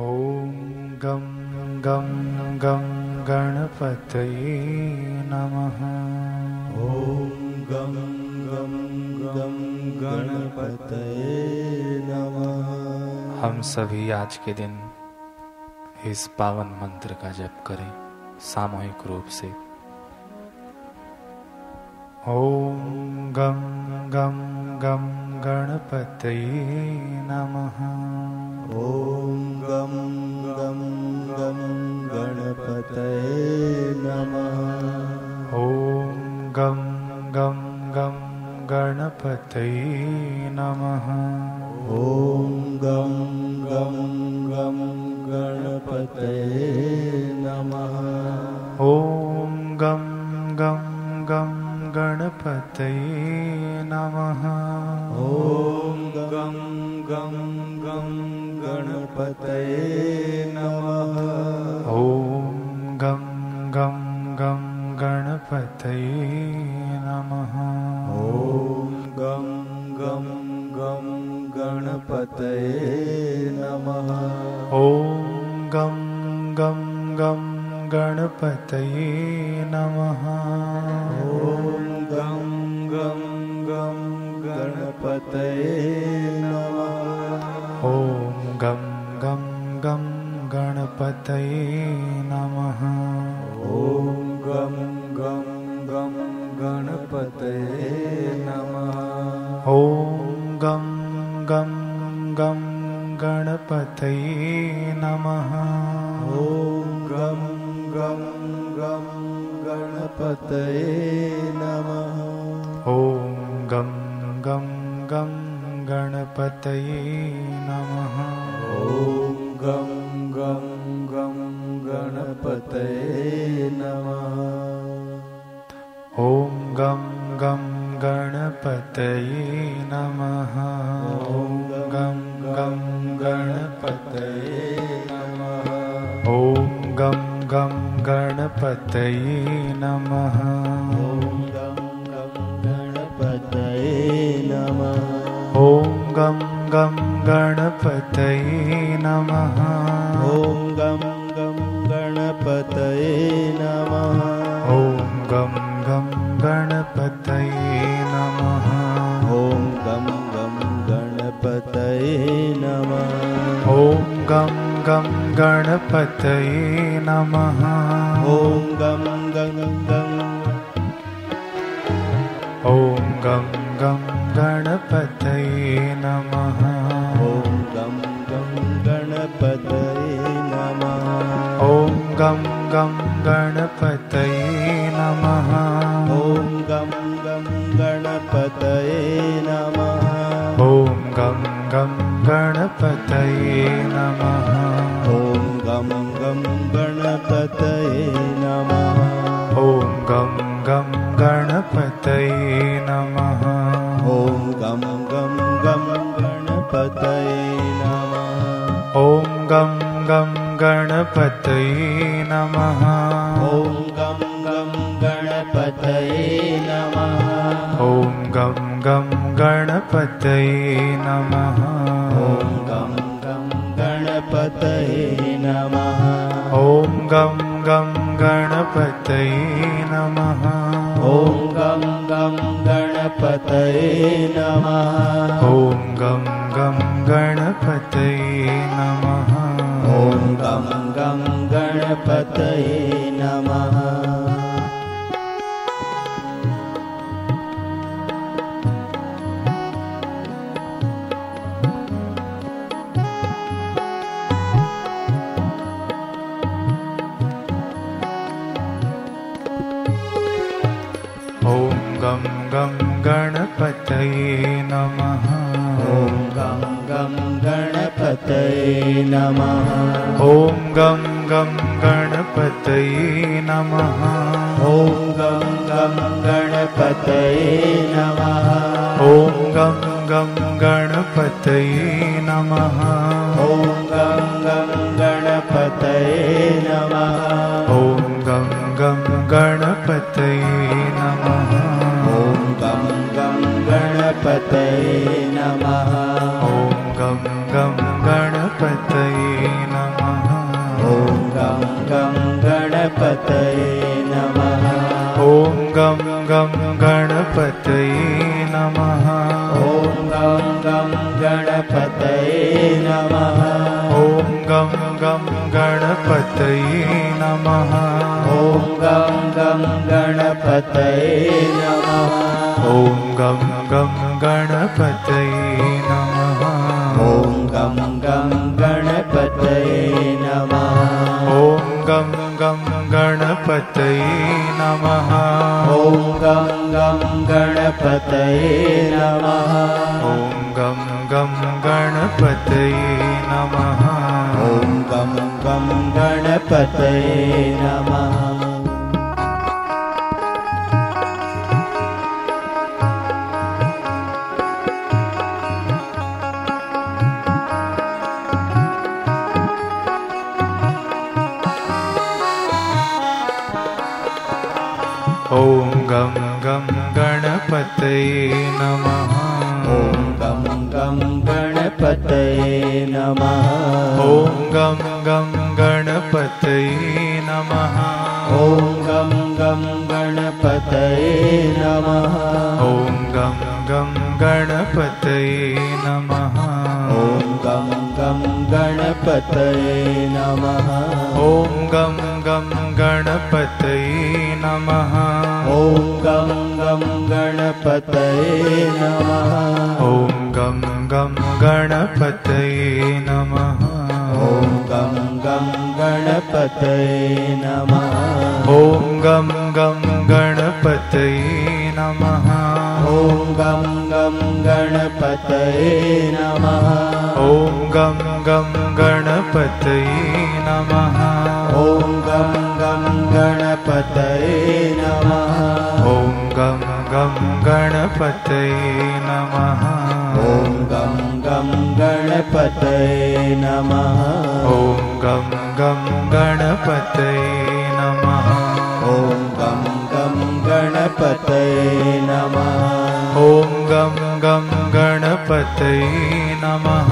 ॐ गं गं गं गणपतये नमः ॐ गं गं गं गणपतये नमः हम सभी आज के दिन इस पावन मंत्र का जप करें सामूहिक रूप से ॐ गं गं गं गणपतये नमः ॐ गं गं गं गणपतये नमः ॐ गं गं गं गणपतये नमः ॐ गं गं गं गणपतये नमः ॐ गं गं गं गणपतये नमः ॐ गं गं गं गणपतये नमः ॐ गं गं गं गणपतये नमः ॐ गं गं गं गणपतये नमः ॐ गं गं गं गणपतये नमः ॐ गं गं गं गणपतये नमः ॐ गं गं गं गणपतये नमः ॐ गं गं गं गणपतये नमः ॐ गं गं गं गणपतये नमः ॐ गं गं गं गणपतये नमः ॐ गं गं गं गणपतये नमः ॐ गं गं गं गणपतये नमः ॐ गं गं गणपतये नमः ॐ गं गं गणपतये गणपतये ॐ नमः गं गं गणपतये नमः ॐ गं गं गणपतये नमः ॐ गं गं गणपतये नमः ॐ गं ॐ गं गं गणपतये नमः गं गणपतये नमः ॐ ॐ गं गं गणपतये नमः गं गं गणपतये नमः ॐ गं गं गं ॐ गं गं गणपतये नमः ॐ गं गं गणपतये नमः ॐ गं गं गणपतये नमः ॐ गं गं गणपतये नमः ॐ गं गं गणपतये नमः ॐ गं गं गणपतये नमः ॐ गं गं गणपतये नमः ॐ गं गं गं गणपतये नमः ॐ गं गं गणपतये नमः ॐ गं गं गणपतये नमः ॐ गं गं गणपतये नमः ॐ गं गं गणपतये नमः ॐ गं गं गणपतये नमः ॐ ॐ गं गं गणपतये नमः गं गं गणपतये नमः ॐ गं गं गणपतये नमः ॐ गं गं गणपतये नमः ॐ गं गं गणपतये नमः ॐ गं गं गणपतये नमः ॐ गं गं गणपतये नमः ॐ गं गं गणपतये नमः ॐ गं गं गणपतये नमः ॐ गं गं गणपतये नमः ॐ गं गं ॐ गं गं गणपतये नमः गणपतये नमः गणपतये नमः ॐ गं गं गणपतये नमः ॐ गं गं गणपतये नमः ॐ गं गं गणपतये नमः ॐ गं गं गणपतये नमः ॐ गं गं गणपतये नमः ॐ गं गं गणपतये नमः ॐ गं गं गणपतये नमः ॐ गं गं गणपतये नमः ॐ गं गं गणपतये नमः ॐ गं गं गणपतये नमः ॐ गं गं गणपतये नमः ॐ गं गं गणपतये नमः ॐ गं गं गणपतये नमः ॐ गं गं गणपतये नमः ॐ गं गं गणपतये नमः ॐ गं गं गणपतये नमः ॐ गं गं गणपतये नमः ॐ गं गं गणपतये नमः ॐ गं गं गणपतये नमः ॐ गं गं गणपतये नमः ॐ गं गं गणपतये नमः ॐ गं गं गणपतये नमः ॐ गं गं गणपतये नमः ॐ गं गं गणपतये नमः ॐ गं गं गणपतये नमः ॐ गं गं गणपतये नमः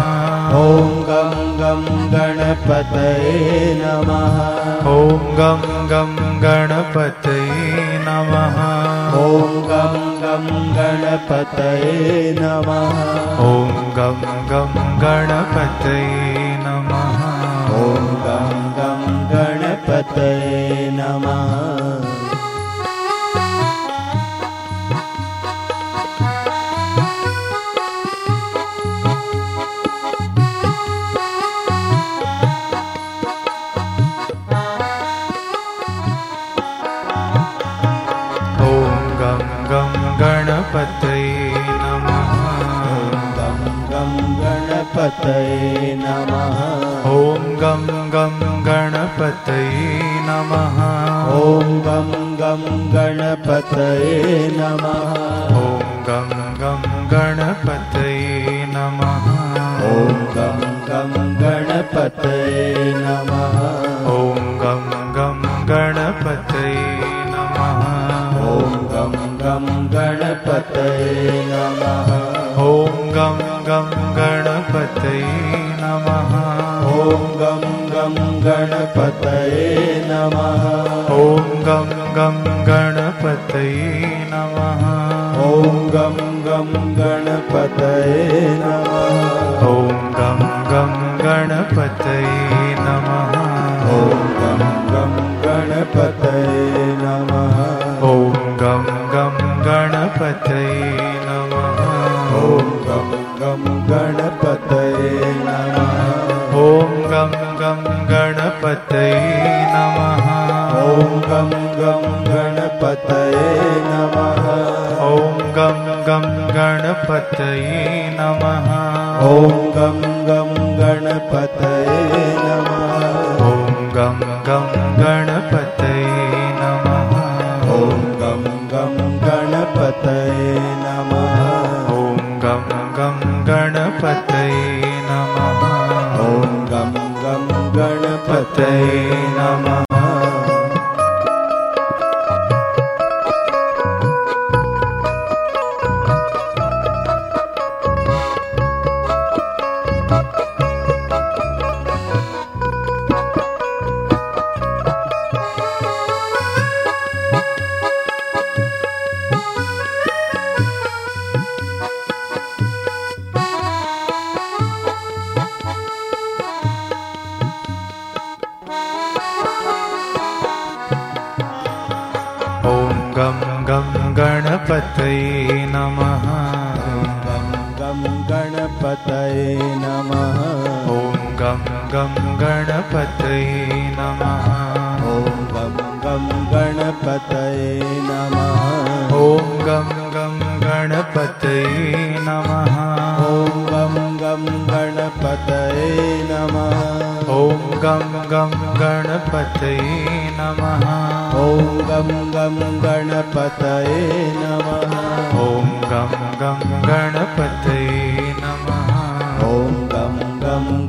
ॐ गं गं गणपतये नमः ॐ गं गं गणपतये नमः ॐ गं गं गणपतये नमः ॐ गं गं गणपतये नमः ॐ गं गं ॐ गं गणपतये नमः गं गणपतये नमः ॐ गं गं गणपतये नमः ॐ गं गं गणपतये नमः गं गं गणपतये नमः ॐ गं गं गणपतये नमः ॐ गं गं गणपतये नमः ॐ गं गं गणपतये नमः ॐ गं गं गणपतये नमः ॐ गं गं गणपतये नमः ॐ गं गं गणपतये नमः ॐ गं गं गणपतये नमः ॐ गं गं गणपतये नमः ॐ गं गं गणपतये नमः ॐ गं गं गणपतये नमः ॐ गं गं गणपतये नमः ॐ गं गं गणपतये नमः ॐ गं गं गणपतये नमः ॐ गं गं गणपतये नमः ॐ गं गं गणपतये नमः ॐ गं गं गणपतये नमः ॐ गं गं गणपतये नमः ॐ गं गं गणपतये नमः ॐ गं गं गणपतये नमः ॐ गं ॐ गं गं गणपतये नमः गं गणपतये नमः ॐ गं गं गणपतये नमः ॐ नमः ॐ गं गं गणपतये नमः ॐ गं गं गणपतये नमः ॐ गं गं गणपतये नमः ॐ गं गं गणपतये नमः ॐ गं गं गणपतये नमः ॐ गं गं गणपतये नमः ॐ गं गं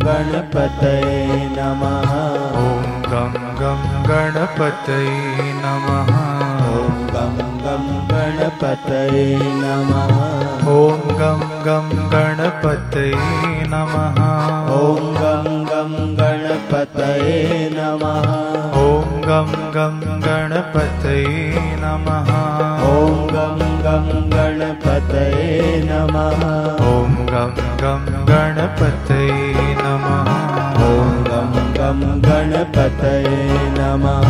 गणपतये नमः ॐ गं गं गणपतये नमः ॐ गं गं गणपतये नमः ॐ गं गं गणपतये नमः ॐ गं गं गणपतये नमः ॐ गं गं गणपतये नमः ॐ गं गं गणपतये नमः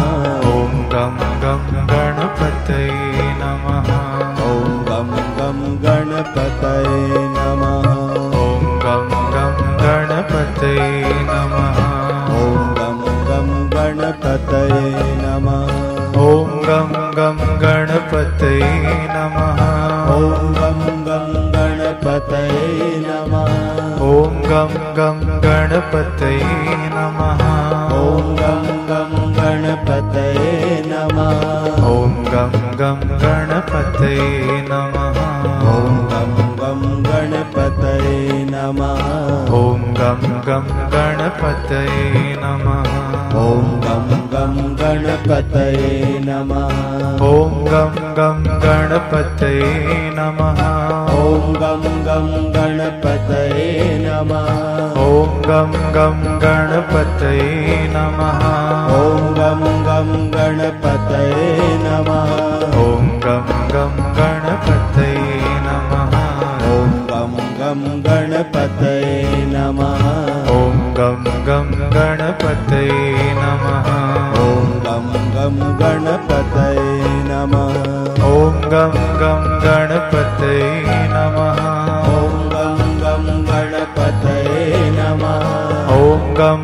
ॐ गं गं गणपतये नमः ॐ गं गं गणपतये नमः ॐ गं गं गणपतये नमः ॐ गं गं गणपतये नमः ॐ गं गं गणपतये नमः ॐ गं गं गणपतये नमः ॐ गं गं गणपतये नमः ॐ गं गं गणपतये नमः ॐ गं गं गणपतये नमः ॐ गं गं गणपतये नमः ॐ गं गं गणपतये नमः ॐ गं गं गणपतये नमः ॐ गं गं गणपतये ॐ गं गं गणपतये नमः नमः ॐ गं गं गणपतये नमः ॐ गं गं गणपतये नमः ॐ गं गं गणपतये नमः ॐ गं गं गणपतये नमः ॐ गं गं गणपतये नमः ॐ गं गं गणपतये नमः ॐ गं गं गणपतये नमः ॐ गं गं गणपतये नमः ॐ गं गं गणपतये नमः ॐ गं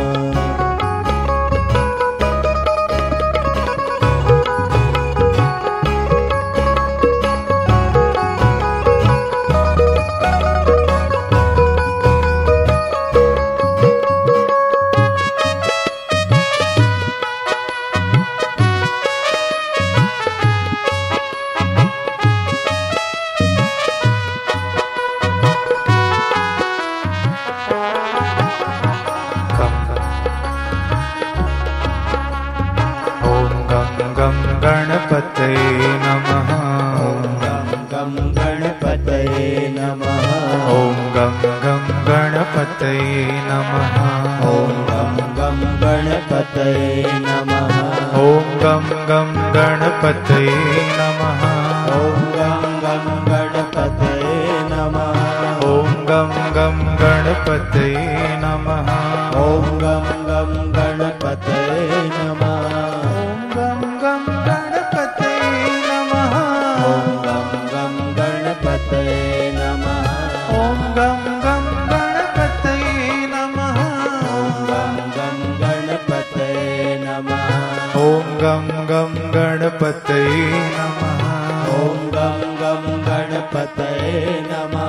गं ॐ गं गं गणपतये नमः ॐ गं गं गणपतये नमः ॐ गं गं गणपतये नमः ॐ गं गं गणपतये नमः ॐ गं गं गणपतये नमः ॐ गं गं गणपतये नमः ॐ गं गं गणपतये नमः ॐ गं गं गणपतये नमः ॐ गं गं गणपतये नमः ॐ गं गं गणपतये नमः ॐ गं गं गणपतये नमः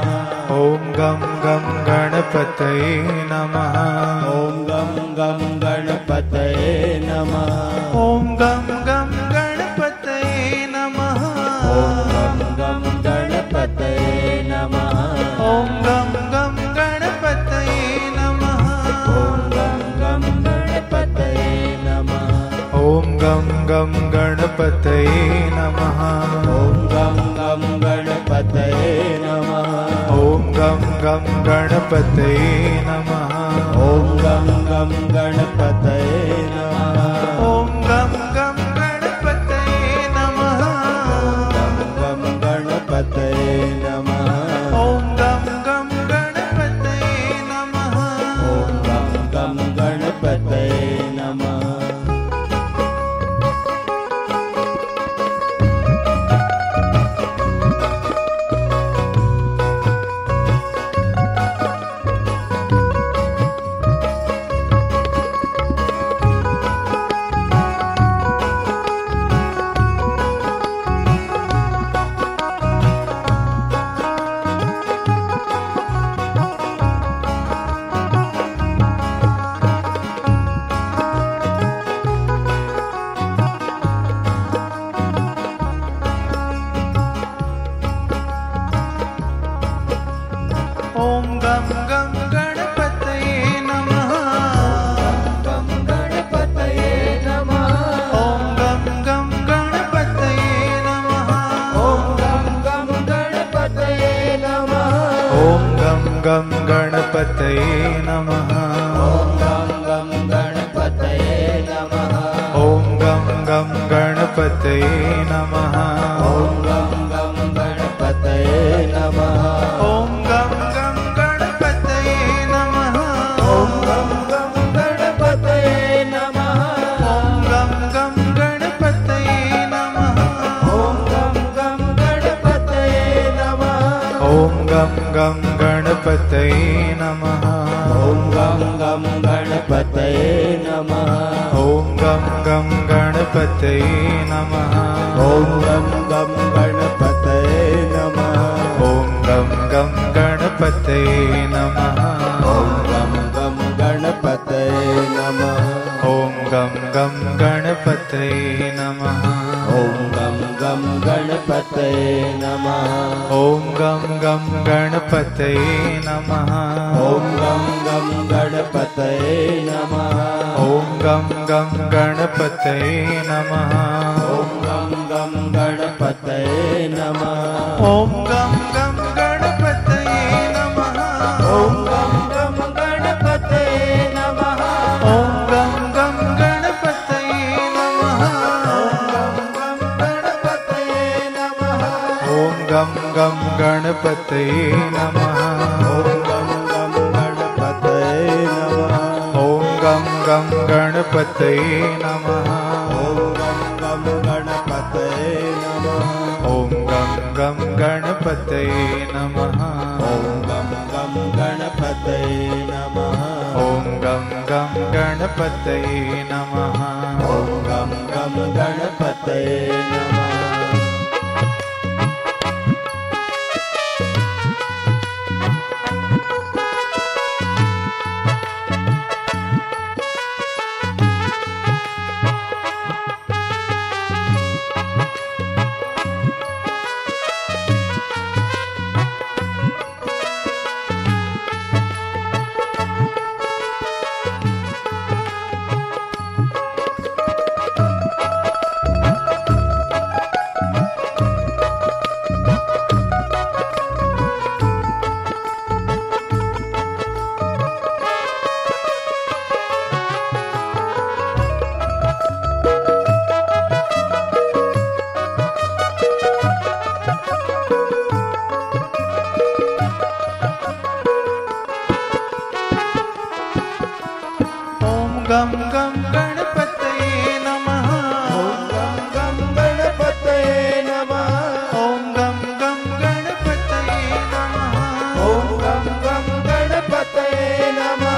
गं गं गणपतये नमः ॐ गं गं गणपतये नमः ॐ गं गं गणपतये नमः ॐ गं गं गणपतये नमः ॐ गं गं गणपतये नमः ॐ गं गं गणपतये नमः ॐ गं गं गणपतये नमः ॐ गं गं गणपतये नमः ॐ गं गं गणपतये नमः ॐ गं गं गणपतये नमः ॐ ॐ गं गं गणपतये नमः गं गं गणपतये नमः ॐ गं गं गणपतये नमः ॐ गं गं गणपतये नमः ॐ नमः गं गं गणपतये नमः ॐ गं गं गणपतये नमः ॐ गं गं गणपतये नमः गं गणपतये नमः ॐ गं गं गणपतये नमः ॐ गं गं गणपतये नमः ॐ गं गं गणपतये नमः ॐ गं गं गणपतये नमः ॐ गं गं गणपतये नमः ॐ गं गं गणपतये नमः ॐ गं गं गणपतये नमः ॐ गं गं गणपतये नमः ॐ गं गं गणपतये नमः ॐ गं गं गणपतये नमः ॐ गं गं गणपतये नमः ॐ गं ॐ गं गं गणपतये नमः ॐ गं गं गणपतये नमः ॐ गं गं गणपतये नमः गं गणपतये नमः ॐ गं गं गणपतये नमः ॐ गं गं गणपतये नमः ॐ गं गं गणपतये नमः ॐ गं गं गणपतये नमः ॐ गं गं गणपतये ॐ नमः गं गं गणपतये नमः ॐ गं गं गणपतये नमः ॐ गं गं गणपतये नमः ॐ गं ॐ गं गं गणपतये नमः गं गणपतये नमः गं गणपतये नमः ॐ गं गं गणपतये नमः ॐ गं गं गणपतये नमः ॐ गं गं गणपतये नमः ॐ गं गं गणपतये नमः ॐ गं गं गणपतये नमः ॐ गं ॐ गं गं गणपतये नमः गं गणपतये नमः ॐ गं गं गणपतये नमः ॐ गं गं गणपतये नमः गं गं गणपतये नमः ॐ गं गं गणपतये नमः ॐ गं गं गणपतये नमः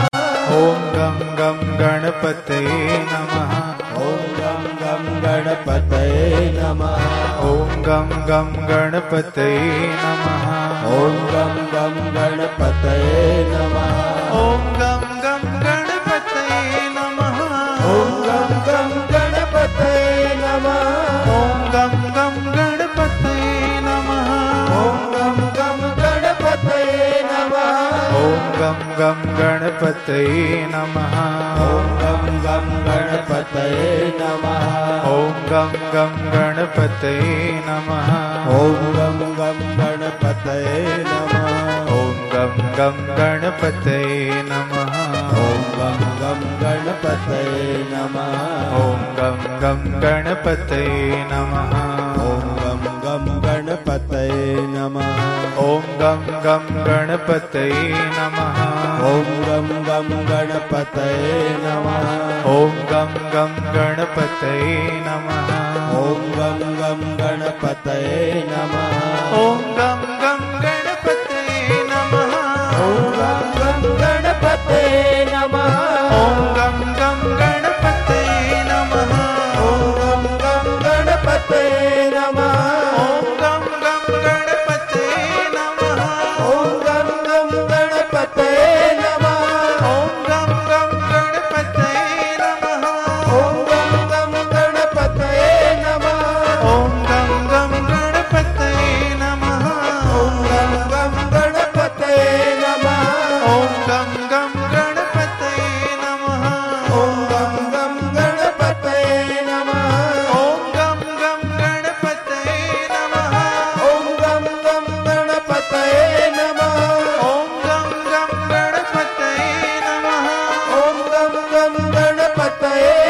ॐ गं गं गणपतये नमः ॐ गं गं गणपतये नमः ॐ गं गं गणपतये नमः ॐ गं गं गणपतये नमः ॐ गं गं गणपतये नमः ॐ गं गं गणपतये नमः ॐ गं गं गणपतये नमः ॐ गं गं गणपतये नमः ॐ गं गं गणपतये नमः ॐ गं गं गणपतये नमः ॐ गं गं गणपतये नमः ॐ गं गं गणपतये नमः ॐ गं गं गणपतये नमः ॐ ॐ गं गं गणपतये नमः गं गं गणपतये नमः ॐ गं गं गणपतये गणपतये नमः ॐ गं गं गणपतये नमः ॐ गं ॐ गं गं गणपतये नमः ॐ गं गं गणपतये नमः ॐ गं गं गणपतये नमः ॐ गं गं गणपतये नमः ॐ गं गं गणपतये नमः गं गणपतये नमः ॐ गं गं गणपतये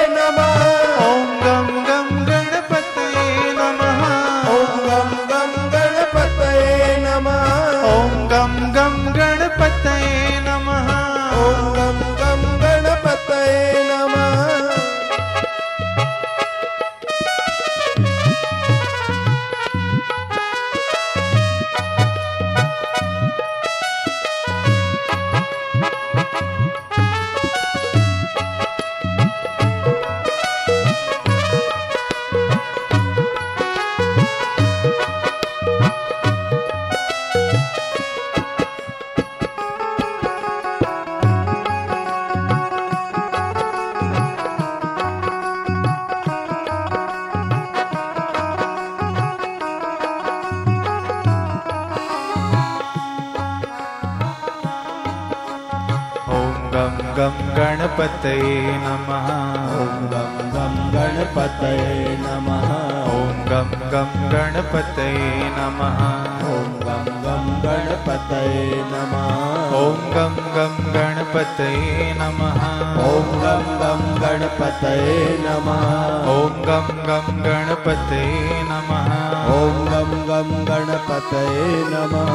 नमः ॐ गं गं गणपतये नमः ॐ गं गं गणपतये नमः ॐ गं गं गणपतये नमः ॐ गं गं ॐ गं गणपतये नमः गं गणपतये नमः ॐ गं गं गणपतये नमः ॐ गं गं ॐ गं गं गणपतये नमः ॐ गं गं गणपतये नमः गणपतये नमः ॐ गं गं ॐ गं गं गणपतये नमः गणपतये नमः ॐ गं गं गणपतये नमः ॐ गं गं गणपतये नमः ॐ गं गं गणपतये नमः ॐ गं गं गणपतये नमः ॐ गं गं गणपतये नमः ॐ गं गं गणपतये नमः ॐ गं गं गणपतये नमः ॐ गं गं गणपतये नमः ॐ गं गं गणपतये नमः ॐ गं गं गणपतये नमः ॐ गं गं गणपतये नमः ॐ गं गं गणपतये नमः ॐ गं गं गणपतये नमः ॐ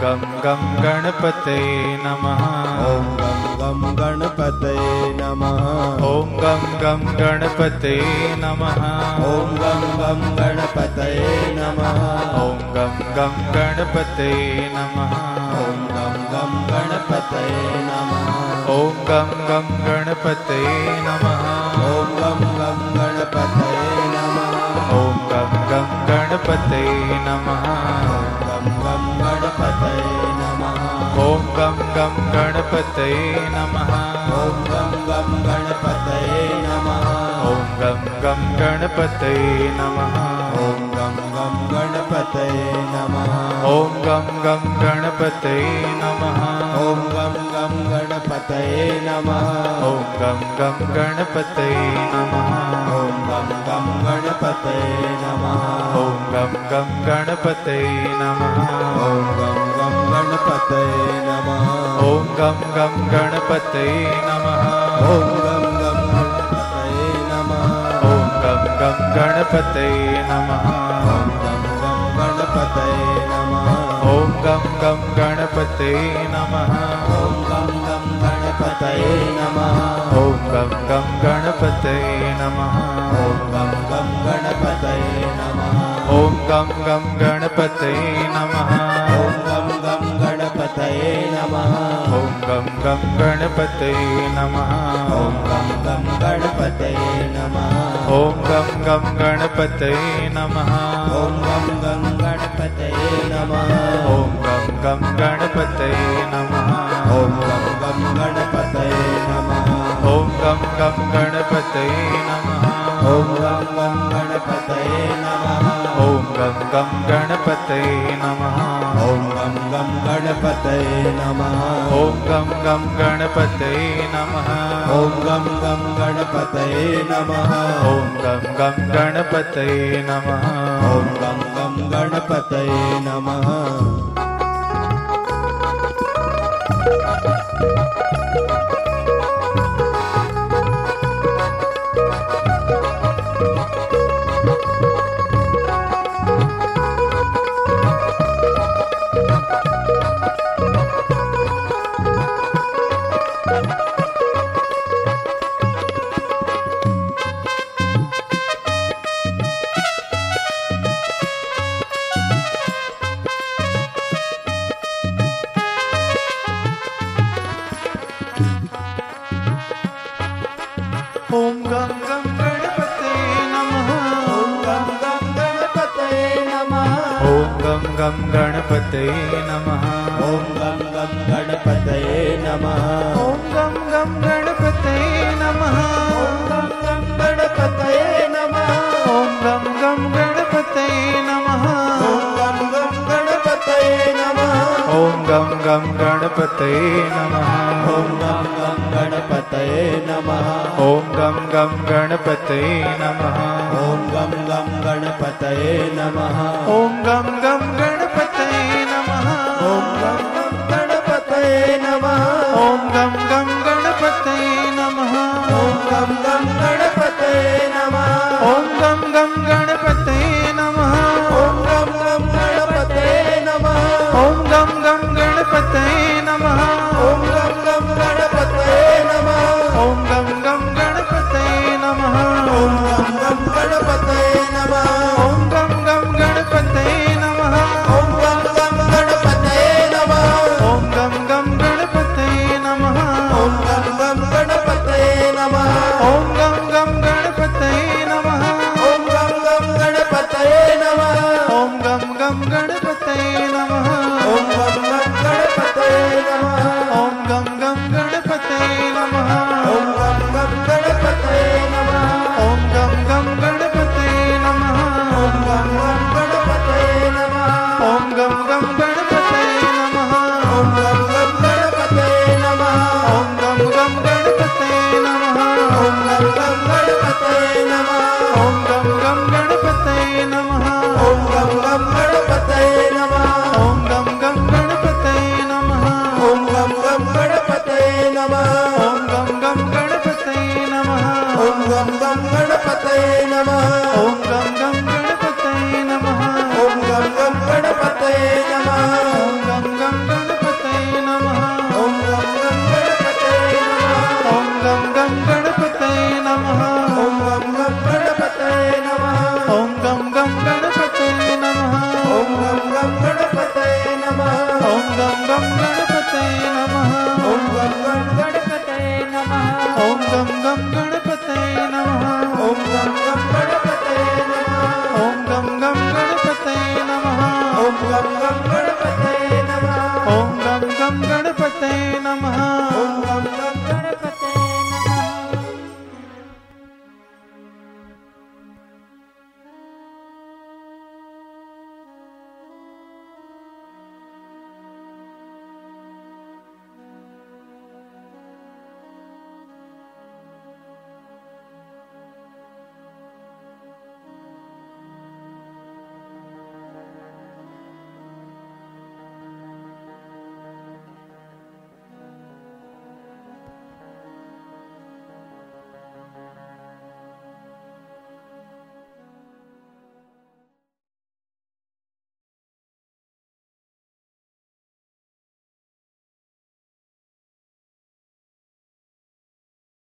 गं गं गणपतये नमः ॐ गं गं गणपतये नमः ॐ गं गं गणपतये नमः ॐ गं गं गणपतये नमः ॐ गं गं गणपतये नमः ॐ गं ॐ गं गं गणपतये नमः गं गणपतये नमः ॐ गं गं गणपतये नमः ॐ गं गं गणपतये नमः गं गं गणपतये नमः ॐ गं गं गणपतये नमः ॐ गं गं ॐ गं गं गणपतये नमः ॐ गं गणपतये नमः ॐ गं गं गणपतये नमः गं गणपतये नमः ॐ गं गं गणपतये नमः ॐ गं गं गणपतये नमः ॐ गं गं गणपतये नमः ॐ गं गं गणपतये नमः ॐ गं गं गणपतये नमः ॐ गं गं गणपतये नमः ॐ गं गं गणपतये नमः ॐ गं गं गणपतये नमः ॐ गं गं गणपतये नमः ॐ गं गं गणपतये नमः ॐ गं गं गणपतये नमः ॐ गं गं गणपतये नमः ॐ गं गं गणपतये नमः ॐ गं गं गणपतये नमः ॐ गं गं गणपतये नमः ॐ गं गं गणपतये नमः ॐ गं गं गणपतये नमः ॐ गं गं गणपतये नमः ॐ गं गं गणपतये नमः ॐ गं गं गणपतये नमः ॐ गं ॐ गं गं गणपतये नमः गं गणपतये नमः ॐ गं गं ॐ गं गं गणपतये नमः गणपतये नमः ॐ गं गं ॐ गं गं गणपतये नमः ॐ गं गं गणपतये नमः गणपतये नमः ॐ गं गं गणपतये नमः ॐ गं गं गणपतये नमः ॐ गं गणपतये नमः ॐ गं गं गणपतये नमः ॐ गं गं गणपतये नमः गं गं गणपतये नमः ॐ गं गं गणपतये नमः ॐ गं गं गणपतये नमः ॐ गं गं गणपतये नमः ॐ गं गं गणपतये नमः ॐ गं गं गणपतये नमः ॐ गं गं गणपतये नमः ॐ गं गं गणपतये नमः ॐ गं ॐ गं गं गणपतये नमः गं गणपतये नमः ॐ ॐ गं गं गणपतये नमः गं गं गणपतये नमः ॐ गं गं गणपतये ॐ गं गं नमः गणपतये नमः ॐ गं गं गणपतये नमः ॐ गं गं गणपतये नमः ॐ गं गं ॐ गं गं गणपतये नमः ॐ गं गं गणपतये नमः गणपतये नमः ॐ गं गं गणपतये नमः ॐ गं गं गणपतये नमः ॐ गं गं गणपतये नमः ॐ गं गं गणपतये नमः ॐ गं गं गणपतये नमः ॐ गं गं गणपतये नमः ॐ गं गं गणपतये नमः ॐ गं गं गणपतये नमः ॐ गं गं गणपतये नमः ॐ गं गं गणपतये नमः ॐ गं गं गणपतये नमः ॐ गं गं गणपतये नमः ॐ गं गं गणपतये नमः ॐ गं ॐ गं गं गणपतये नमः गं गणपतये नमः ॐ ॐ गं गं गणपतये नमः गं गं गणपतये नमः ॐ गं गं गणपतये नमः ॐ गं गं गणपतये नमः ॐ गं गं गणपतये नमः ॐ गं गं गणपतये नमः ॐ गं गं गणपतये नमः ॐ गं गं गणपतये नमः ॐ गं गं गणपतये नमः ॐ गं गं गणपतये नमः ॐ गं गं गणपतये नमः ॐ गं गं गणपतये नमः ॐ गं गं गणपतये नमः ॐ गं गं गणपतये नमः ॐ गं गं गणपतये नमः ॐ गं गं गणपतये नमः ॐ गं गं गणपतये नमः ॐ गं गं गणपतये नमः ॐ गं गं गणपतये नमः ॐ गं गं गणपतये नमः